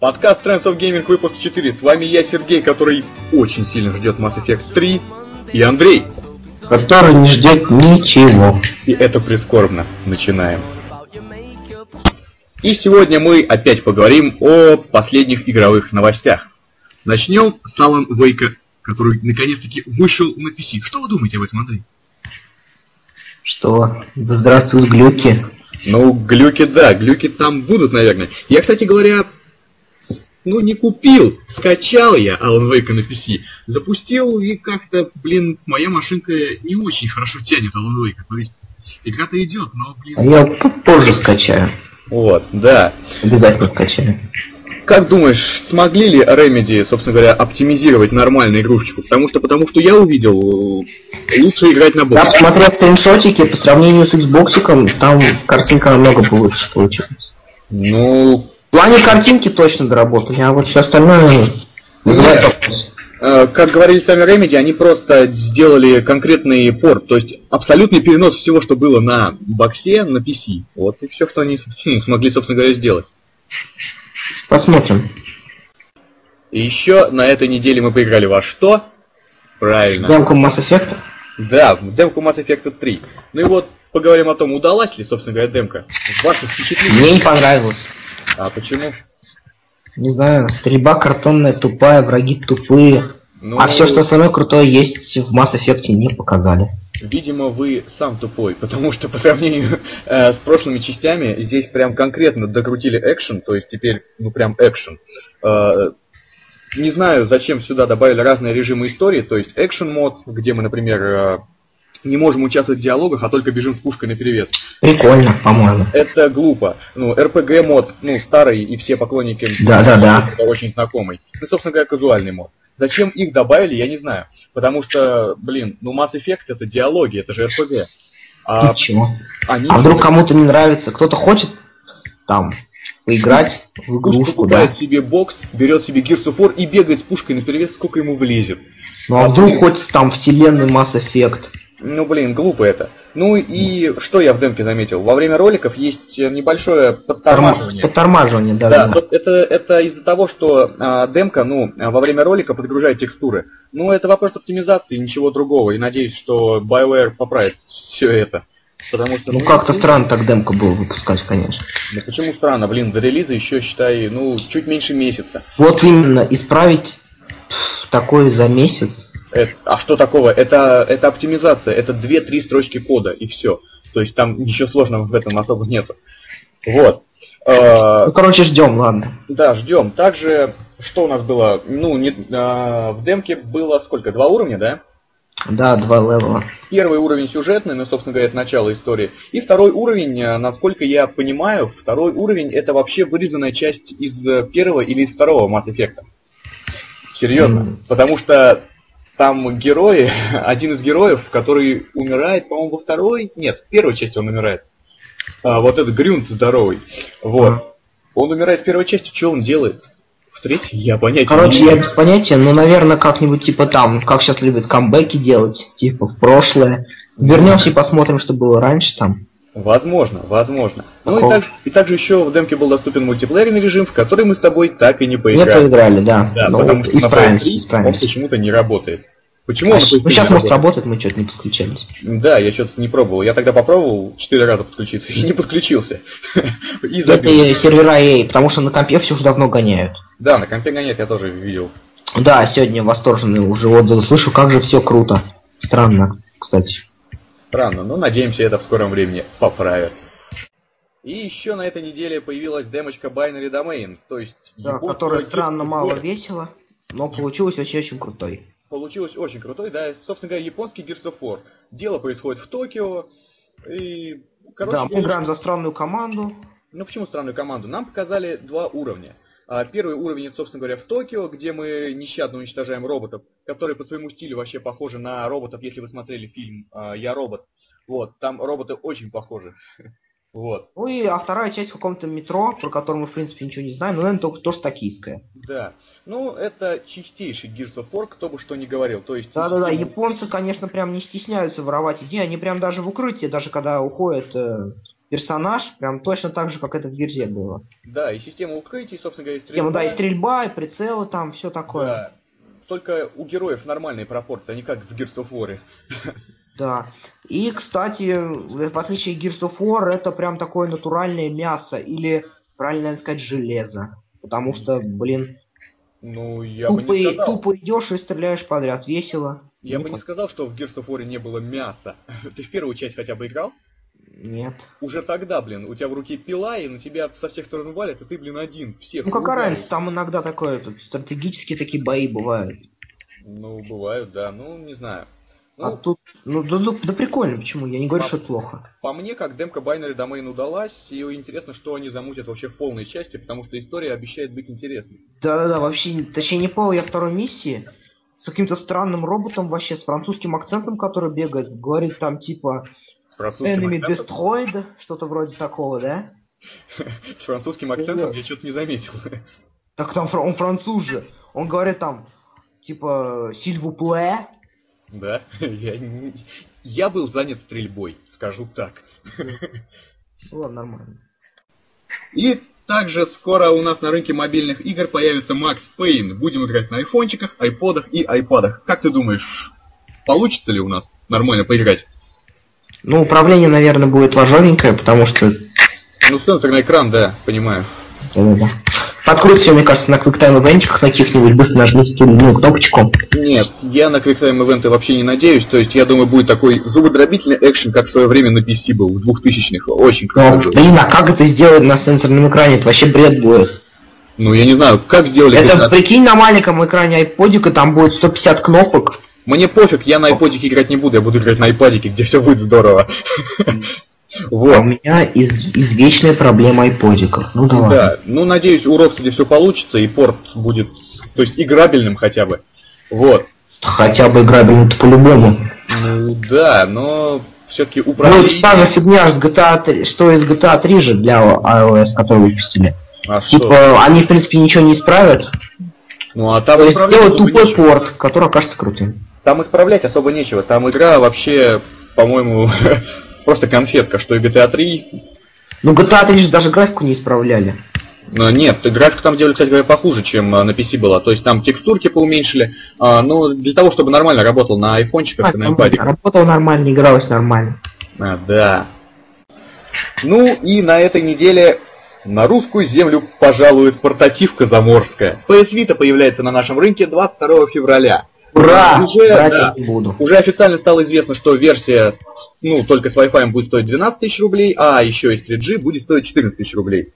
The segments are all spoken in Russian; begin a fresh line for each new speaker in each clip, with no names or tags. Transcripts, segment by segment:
Подкаст Trends of Gaming выпуск 4. С вами я, Сергей, который очень сильно ждет Mass Effect 3, и Андрей.
Который не ждет ничего.
И это прискорбно. Начинаем. И сегодня мы опять поговорим о последних игровых новостях. Начнем с Alan Wake, который наконец-таки вышел на PC. Что вы думаете об этом, Андрей?
Что? Да здравствуют глюки.
Ну, глюки, да, глюки там будут, наверное. Я, кстати говоря, ну, не купил, скачал я Alan Wake на PC, запустил и как-то, блин, моя машинка не очень хорошо тянет Alan Wake, то есть игра-то идет, но, блин...
А я позже скачаю.
Вот, да.
Обязательно скачаю.
Как думаешь, смогли ли Remedy, собственно говоря, оптимизировать нормальную игрушечку? Потому что, потому что я увидел, э, лучше играть на боксе.
Там, смотря скриншотики, по сравнению с Xbox, там картинка намного получше получилась.
Ну,
В плане картинки точно доработали, а вот все остальное вызывает вопрос.
э, как говорили сами Remedy, они просто сделали конкретный порт, то есть абсолютный перенос всего, что было на боксе, на PC. Вот и все, что они хм, смогли, собственно говоря, сделать.
Посмотрим.
И еще на этой неделе мы поиграли во что? Правильно.
Демку Mass Effect.
Да, в демку Mass Effect 3. Ну и вот поговорим о том, удалась ли, собственно говоря, демка. Ваши впечатления.
Мне не понравилось.
А почему?
Не знаю, стрельба картонная, тупая, враги тупые.
Ну,
А все, что остальное крутое есть в Mass Effect, не показали.
Видимо, вы сам тупой, потому что по сравнению э, с прошлыми частями, здесь прям конкретно докрутили экшен, то есть теперь, ну прям экшен. Э, не знаю, зачем сюда добавили разные режимы истории, то есть экшен мод, где мы, например, э, не можем участвовать в диалогах, а только бежим с пушкой наперевес.
Прикольно, по-моему.
Это глупо. Ну, RPG мод, ну, старый, и все поклонники
Да-да-да.
это очень знакомый. Ну, собственно говоря, казуальный мод. Зачем их добавили, я не знаю. Потому что, блин, ну Mass Effect это диалоги, это же RPG. А
И чего?
они
А вдруг кому-то не нравится, кто-то хочет там поиграть в
пусть
игрушку,
покупает
да?
себе бокс, берет себе Gears of War и бегает с пушкой наперевес, сколько ему влезет.
Ну а вдруг хочется там вселенную Mass Effect?
Ну, блин, глупо это. Ну и что я в демке заметил? Во время роликов есть э, небольшое подтормаживание.
Подтормаживание, да,
Да,
да. Ну,
вот это, это из-за того, что а, демка, ну, а, во время ролика подгружает текстуры. Ну, это вопрос оптимизации, ничего другого. И надеюсь, что BioWare поправит все это. Потому что...
Ну как-то странно так демку было выпускать, конечно.
Ну, почему странно? Блин, до релиза еще, считай, ну, чуть меньше месяца.
Вот именно, исправить пф, такое за месяц.
Э, а что такого? Это, это оптимизация, это 2-3 строчки кода, и все. То есть там ничего сложного в этом особо нету. Вот. Э,
Ну короче, ждем, ладно.
Да, ждем. Также, что у нас было? Ну, не, а, в демке было сколько? Два уровня, да?
Да, два левела.
Первый уровень сюжетный, ну, собственно говоря, это начало истории. И второй уровень, а, насколько я понимаю, второй уровень это вообще вырезанная часть из э, первого или из второго Mass Effect. Серьезно.
Мгм.
Потому что там герои, один из героев, который умирает, по-моему, во второй, нет, в первой части он умирает. А, вот этот Грюнт здоровый. Вот.
Ага.
Он умирает в первой части, что он делает? В третьей я понятия не
Короче, я
имею.
без понятия, но, наверное, как-нибудь типа там, как сейчас любят камбэки делать, типа в прошлое. Вернемся и посмотрим, что было раньше там.
Возможно, возможно. Ну и,
Такого.
так, и также еще в демке был доступен мультиплеерный режим, в который мы с тобой так и не
Не
поиграли.
поиграли, да.
Да,
Ну,
потому что на PS3
исправимся,
он
исправимся.
почему-то не работает. Почему
А
он
щ-
на PS3
ну сейчас
не
может
работает?
работать, мы что-то не подключались.
Да, я что-то не пробовал. Я тогда попробовал четыре раза подключиться и не подключился. И
Это
забил.
э, сервера EA, потому что на компе все уже давно гоняют.
Да, на компе гонять я тоже видел.
Да, сегодня восторженные уже отзывы слышу, как же все круто. Странно, кстати.
Странно, но надеемся, это в скором времени поправят. И еще на этой неделе появилась демочка Binary Domain, то есть...
Да,
японского
которая
типа
странно мало
город.
весело, но получилось очень-очень крутой.
Получилось очень крутой, да, собственно говоря, японский Gears of War. Дело происходит в Токио, и... Короче,
да, мы
я-
играем за странную команду.
Ну почему странную команду? Нам показали два уровня. А, Первый уровень, это, собственно говоря, в Токио, где мы нещадно уничтожаем роботов, которые по своему стилю вообще похожи на роботов, если вы смотрели фильм а, «Я робот». Вот, там роботы очень похожи. Вот,
Ну и а вторая часть в каком-то метро, про которое мы в принципе ничего не знаем, но наверное только тоже токийское.
да. Ну, это чистейший Gears of War, кто бы что ни говорил. То есть...
Да-да-да, японцы, конечно, прям не стесняются воровать идеи, они прям даже в укрытии, даже когда уходят э, персонаж, прям точно так же, как это в Гирзе было.
Да, и система укрытий, собственно говоря, и
Тема, да, и
стрельба.
стрельба, и прицелы там, все такое.
Да. Только у героев нормальные пропорции, а не как в Gears of War.
Да. И, кстати, в отличие от Gears of War, это прям такое натуральное мясо, или, правильно наверное, сказать, железо. Потому что, блин,
Ну, я бы не
тупо,
сказал.
тупо идешь и стреляешь подряд, весело.
Я
Ну,
бы не сказал, что в Gears of War не было мяса. Ты в первую часть хотя бы играл?
Нет.
Уже тогда, блин, у тебя в руке пила, и на тебя со всех сторон валят, и ты, блин, один. Всех
Ну какая
ругаешь.
разница, там иногда такое, тут стратегические такие бои бывают.
Ну, бывают, да, ну, не знаю. Ну,
А тут, ну да, да- да прикольно, почему? Я не говорю,
А-
что это плохо.
по мне, как демка Binary Domain удалась, и интересно, что они замутят вообще в полной части, потому что история обещает быть интересной.
Да-да-да, вообще, не- точнее не понял я второй миссии, с каким-то странным роботом вообще, с французским акцентом, который бегает, говорит там типа
С французским
Enemy
акцентом,
Destroyed, что-то вроде такого, да?
с французским акцентом
Да.
я что-то не заметил.
Так там фра- он француз же, он говорит там типа Сильвупле,
Да, я, не- я был занят стрельбой, скажу так.
Ну ладно, нормально.
И также скоро у нас на рынке мобильных игр появится Max Payne. Будем играть на айфончиках, айподах и айпадах. Как ты думаешь, получится ли у нас нормально поиграть?
Ну, управление, наверное, будет ложовенькое, потому что...
Ну, сенсорный экран, да, понимаю.
Да-да-да. Подкрутите её, мне кажется, на QuickTime ивентиках каких-нибудь, быстро нажмите ту ну, кнопочку.
Нет, я на QuickTime Event вообще не надеюсь. То есть, я думаю, будет такой зубодробительный экшен, как в свое время на PC был, в 2000-х. Очень
Ну,
крутой был.
блин, а как это сделать на сенсорном экране? Это вообще бред будет.
Ну, я не знаю, как сделали
Это,
15.
прикинь, на маленьком экране айподика там будет 150 кнопок.
Мне пофиг, я на айподике играть не буду, я буду играть на айпадике, где все будет здорово.
А у
Вот.
а меня из, извечная проблема айподиков. Ну да ладно.
Да, ну надеюсь, у Rocksteady все получится, и порт будет, то есть играбельным хотя бы. Вот.
Хотя бы играбельно-то по-любому.
Ну да, но все-таки
Ну,
управление...
это та же фигня с GTA 3, что из GTA 3 же для iOS, который выпустили.
А что?
Типа, они, в принципе, ничего не исправят.
Ну а там
То есть
исправлять
сделают
особо
тупой
нечего.
порт, который окажется крутым.
Там исправлять особо нечего. Там игра вообще, по-моему, просто конфетка, что и GTA 3.
Ну, GTA 3 же даже графику не исправляли.
Но А, нет, графика там делали, кстати говоря, похуже, чем а, на PC была. То есть там текстурки поуменьшили. А, но для того, чтобы нормально работал на
А,
айфончиках и на айпадиках.
работала нормально, игралась нормально.
А, да. Ну и на этой неделе на русскую землю пожалует портативка заморская. PS Vita появляется на нашем рынке 22 февраля.
Ура!
Уже,
Брать
да.
я не буду.
Уже официально стало известно, что версия ну, только с Wi-Fi будет стоить 12 тысяч рублей, а еще и с 3G будет стоить 14 тысяч рублей.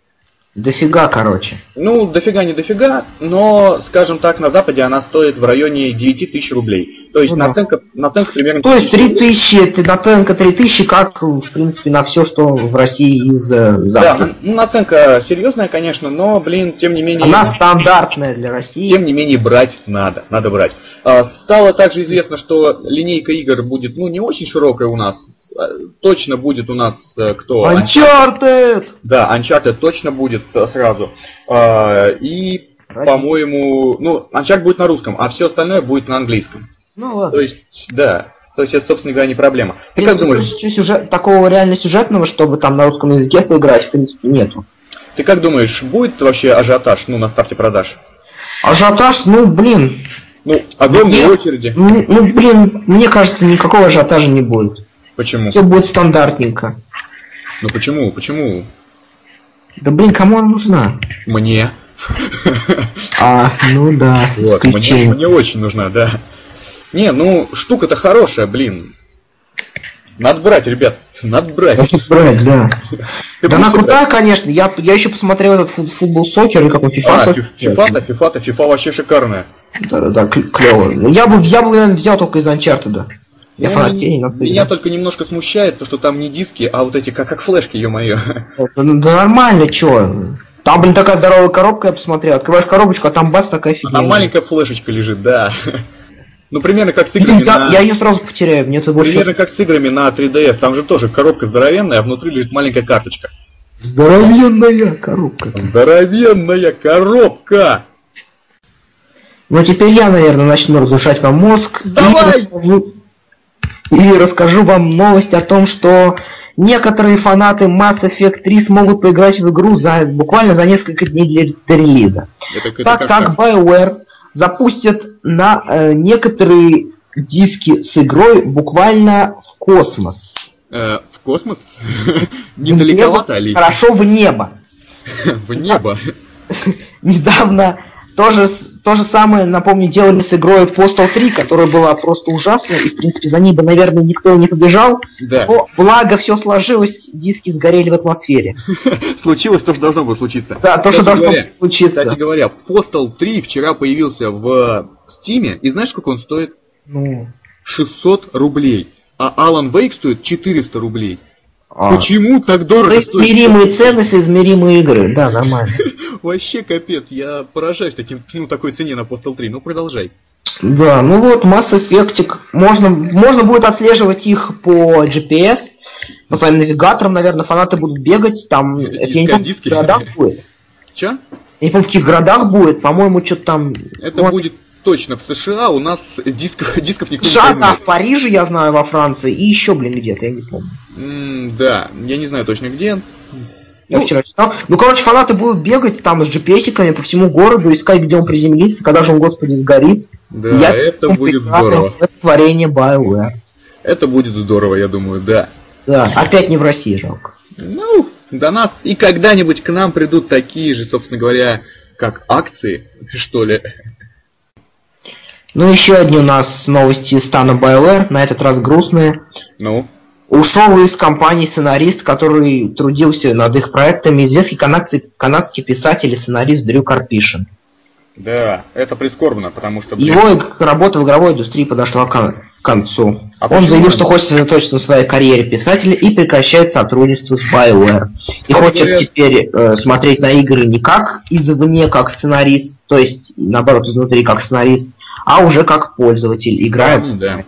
Дофига, короче.
Ну, дофига не дофига, но, скажем так, на Западе она стоит в районе 9 тысяч рублей. То есть
Ну да.
наценка, наценка примерно...
То есть 3000, ты на ТНК 3000, как, в принципе, на все, что в России из э,
Да,
Запада.
ну, наценка серьезная, конечно, но, блин, тем не менее...
Она стандартная для России.
Тем не менее, брать надо, надо брать. А, Стало также известно, что линейка игр будет, ну, не очень широкая у нас. А, Точно будет у нас э, кто?
Uncharted!
Да, Uncharted точно будет э, сразу. А, И,
Ради-
по-моему, ну, Uncharted будет на русском, а все остальное будет на английском.
Ну ладно.
То есть, да, то есть это, собственно говоря, не проблема. Ты как
Если
думаешь,
чуть-чуть сюжет- такого реально сюжетного, чтобы там на русском языке поиграть, в принципе, нету.
ты как думаешь, будет вообще ажиотаж, ну, на старте продаж?
Ажиотаж, ну блин,
Ну, огромные
Нет.
очереди.
м- ну блин, мне кажется, никакого ажиотажа не будет.
Почему?
Все будет стандартненько.
Ну почему? Почему?
Да блин, кому она нужна?
Мне.
А, ну да,
Вот, мне,
исключение.
мне очень нужна, да. Не, ну, штука-то хорошая, блин. Надо брать, ребят, надо брать.
Это брать, да.
Ты
да она
будешь
крутая, конечно. Я, я еще посмотрел этот фут- футбол сокер и как он
играть? А,
FIFA
фи- фифа-то, фифа-то, фифа вообще шикарная.
Да, да, да, клево. Я бы, я бы, наверное, взял только из Uncharted. Я
Ну,
фанат тени, но ты-
Меня только немножко смущает то, что там не диски, а вот эти, как, как флешки, ё-моё.
Да, ну, да нормально, чё? Там, блин, такая здоровая коробка, я посмотрел. Открываешь коробочку, а там бас такая фигня.
А маленькая флешечка лежит, да. Ну, примерно как с играми
Блин, да,
на...
я ее сразу потеряю, мне это больше...
Примерно как с играми на 3DS, там же тоже коробка здоровенная, а внутри лежит маленькая карточка.
Здоровенная коробка.
Здоровенная коробка!
Ну, теперь я, наверное, начну разрушать вам мозг. и
Давай!
расскажу- И расскажу вам новость о том, что Некоторые фанаты Mass Effect 3 смогут поиграть в игру за, буквально за несколько дней для релиза.
Это, это
так как BioWare запустят на э, некоторые диски с игрой буквально в космос.
Э, в космос?
В небо-
Недалековато, Олег?
Хорошо в небо.
В небо.
недавно то же, с- то же самое, напомню, делали с игрой Postal 3, которая была просто ужасной, и, в принципе, за ней бы, наверное, никто и не побежал.
Да.
Но, благо, все сложилось, диски сгорели в атмосфере.
Случилось то, что должно было случиться.
Да, то, что
Кстати
должно
говоря,
было случиться.
Кстати говоря, Postal 3 вчера появился в Стиме, и знаешь, сколько он стоит?
Ну,
600 рублей. А Alan Wake стоит 400 рублей.
а,
Почему так дорого ну, стоит?
Соизмеримые цены, соизмеримые игры. Да, нормально.
Вообще капец, я поражаюсь таким, ну, такой цене на Postal 3. Ну, продолжай.
Да, ну вот Mass Effect, можно, можно будет отслеживать их по GPS, по своим навигаторам, наверное, фанаты будут бегать, там,
Э, Искать
это я не помню, в
диски.
каких городах будет.
Чё?
Я не помню, в каких городах будет, по-моему, что-то там...
Это
вот,
будет точно в США, у нас дисков, дисков никто не
США, да,
поймет.
в Париже, я знаю, во Франции, и еще, блин, где-то, я не помню.
М, да, я не знаю точно где.
Я
Ну,
вчера читал. Ну, короче, фанаты будут бегать там с GPS-иками по всему городу, искать, где он приземлится, когда же он, господи, сгорит.
Да,
Я-
это
Он
будет
прекрасный,
здорово.
Это творение BioWare.
Это будет здорово, я думаю, да.
Да, опять не в России, жалко.
Ну, до нас. И когда-нибудь к нам придут такие же, собственно говоря, как акции, что ли.
Ну, еще одни у нас новости из стана BioWare, на этот раз грустные.
Ну,
Ушел из компании сценарист, который трудился над их проектами, известный канадцы- канадский писатель и сценарист Дрю Карпишин.
да, это прискорбно, потому что... блин,
Его иг- работа в игровой индустрии подошла к кон- к концу.
А
Он
почему?
заявил, что хочет сосредоточиться на своей карьере писателя и прекращает сотрудничество с BioWare. И
Кстати
хочет
говоря-
теперь э, смотреть на игры не как извне, как сценарист, то есть, наоборот, изнутри как сценарист, а уже как пользователь, играя
Ну, да.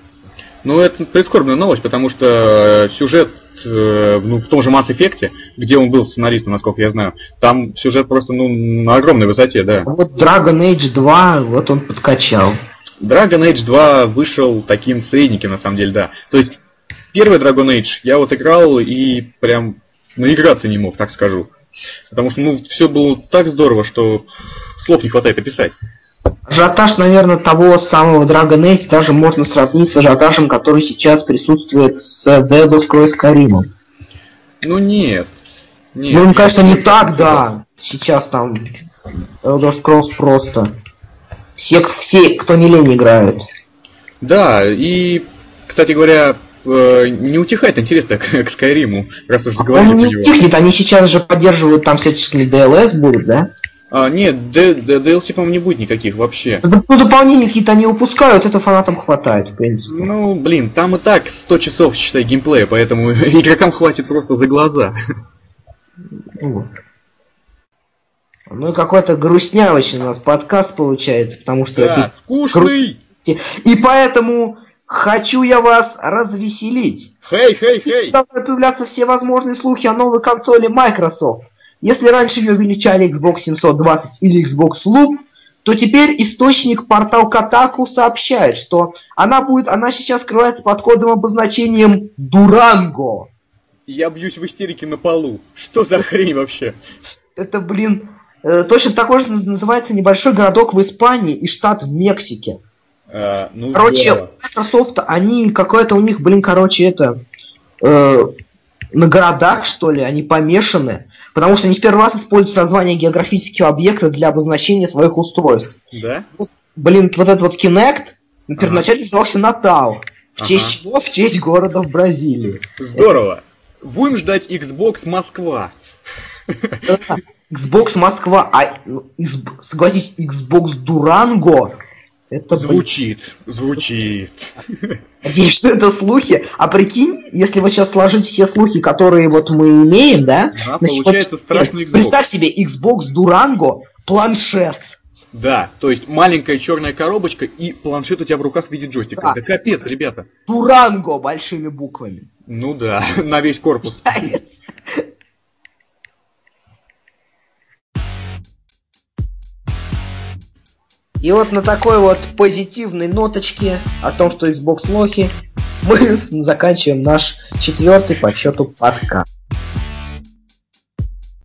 Ну, это прискорбная новость, потому что э, сюжет э, ну, в том же Mass Effect, где он был сценаристом, насколько я знаю, там сюжет просто ну, на огромной высоте, да.
Вот Dragon Age 2, вот он подкачал.
Dragon Age 2 вышел таким средненьким, на самом деле, да. То есть, первый Dragon Age я вот играл и прям наиграться не мог, так скажу. Потому что, ну, все было так здорово, что слов не хватает описать.
Ажиотаж, наверное, того самого Dragon Age даже можно сравнить с ажиотажем, который сейчас присутствует с The Elder Scrolls Skyrim.
Ну, нет. Нет.
Ну, конечно, не так, да. Сейчас там Elder Scrolls просто. Все, все, кто не лень, играют.
Да, и, кстати говоря, э, не утихает интерес к, к Скайриму, раз уж заговорили
А Он
про
не
него.
утихнет, они сейчас же поддерживают там всяческие DLS будут, да?
А, нет, Д- Д- DLC, по-моему, не будет никаких вообще.
Ну, дополнения какие-то они упускают, это фанатам хватает, в принципе.
Ну, блин, там и так 100 часов, считай, геймплея, поэтому игрокам хватит просто за глаза.
Ну вот. Ну и какой-то грустнявочный у нас подкаст получается, потому что...
Да, скучный!
это- И поэтому хочу я вас развеселить.
Хей, хей, хей!
Там будут появляться все возможные слухи о новой консоли Microsoft. Если раньше ее величали Xbox 720 или Xbox Loop, то теперь источник портал Kotaku сообщает, что она будет, она сейчас скрывается под кодом обозначением Дуранго.
Я бьюсь в истерике на полу. Что за хрень вообще?
Это, блин, э, точно такой же наз- называется небольшой городок в Испании и штат в Мексике.
А, ну,
Короче,
здорово.
у Microsoft, они какое-то у них, блин, короче, это э, на городах, что ли, они помешаны. Потому что они в первый раз используют название географических объектов для обозначения своих устройств.
Да?
Блин, вот этот вот Kinect ну,
Ага.
первоначально назывался Натал. В
Ага.
честь чего? В честь города в Бразилии.
Здорово. Будем ждать Xbox Москва.
Да, Xbox Москва, а ну, из- согласись, Xbox Дуранго, это, блин,
Звучит, звучит.
Надеюсь, что это слухи. А прикинь, если вы сейчас сложите все слухи, которые вот мы имеем, да?
Да,
на сегодня-
А, получается страшный
Нет,
Xbox.
Представь себе, Xbox Durango планшет.
Да, то есть маленькая черная коробочка и планшет у тебя в руках в виде джойстика.
Да.
Да капец, ребята.
Дуранго большими буквами.
Ну да, на весь корпус.
И вот на такой вот позитивной ноточке о том, что Xbox лохи, мы заканчиваем наш четвертый по счету подкаст.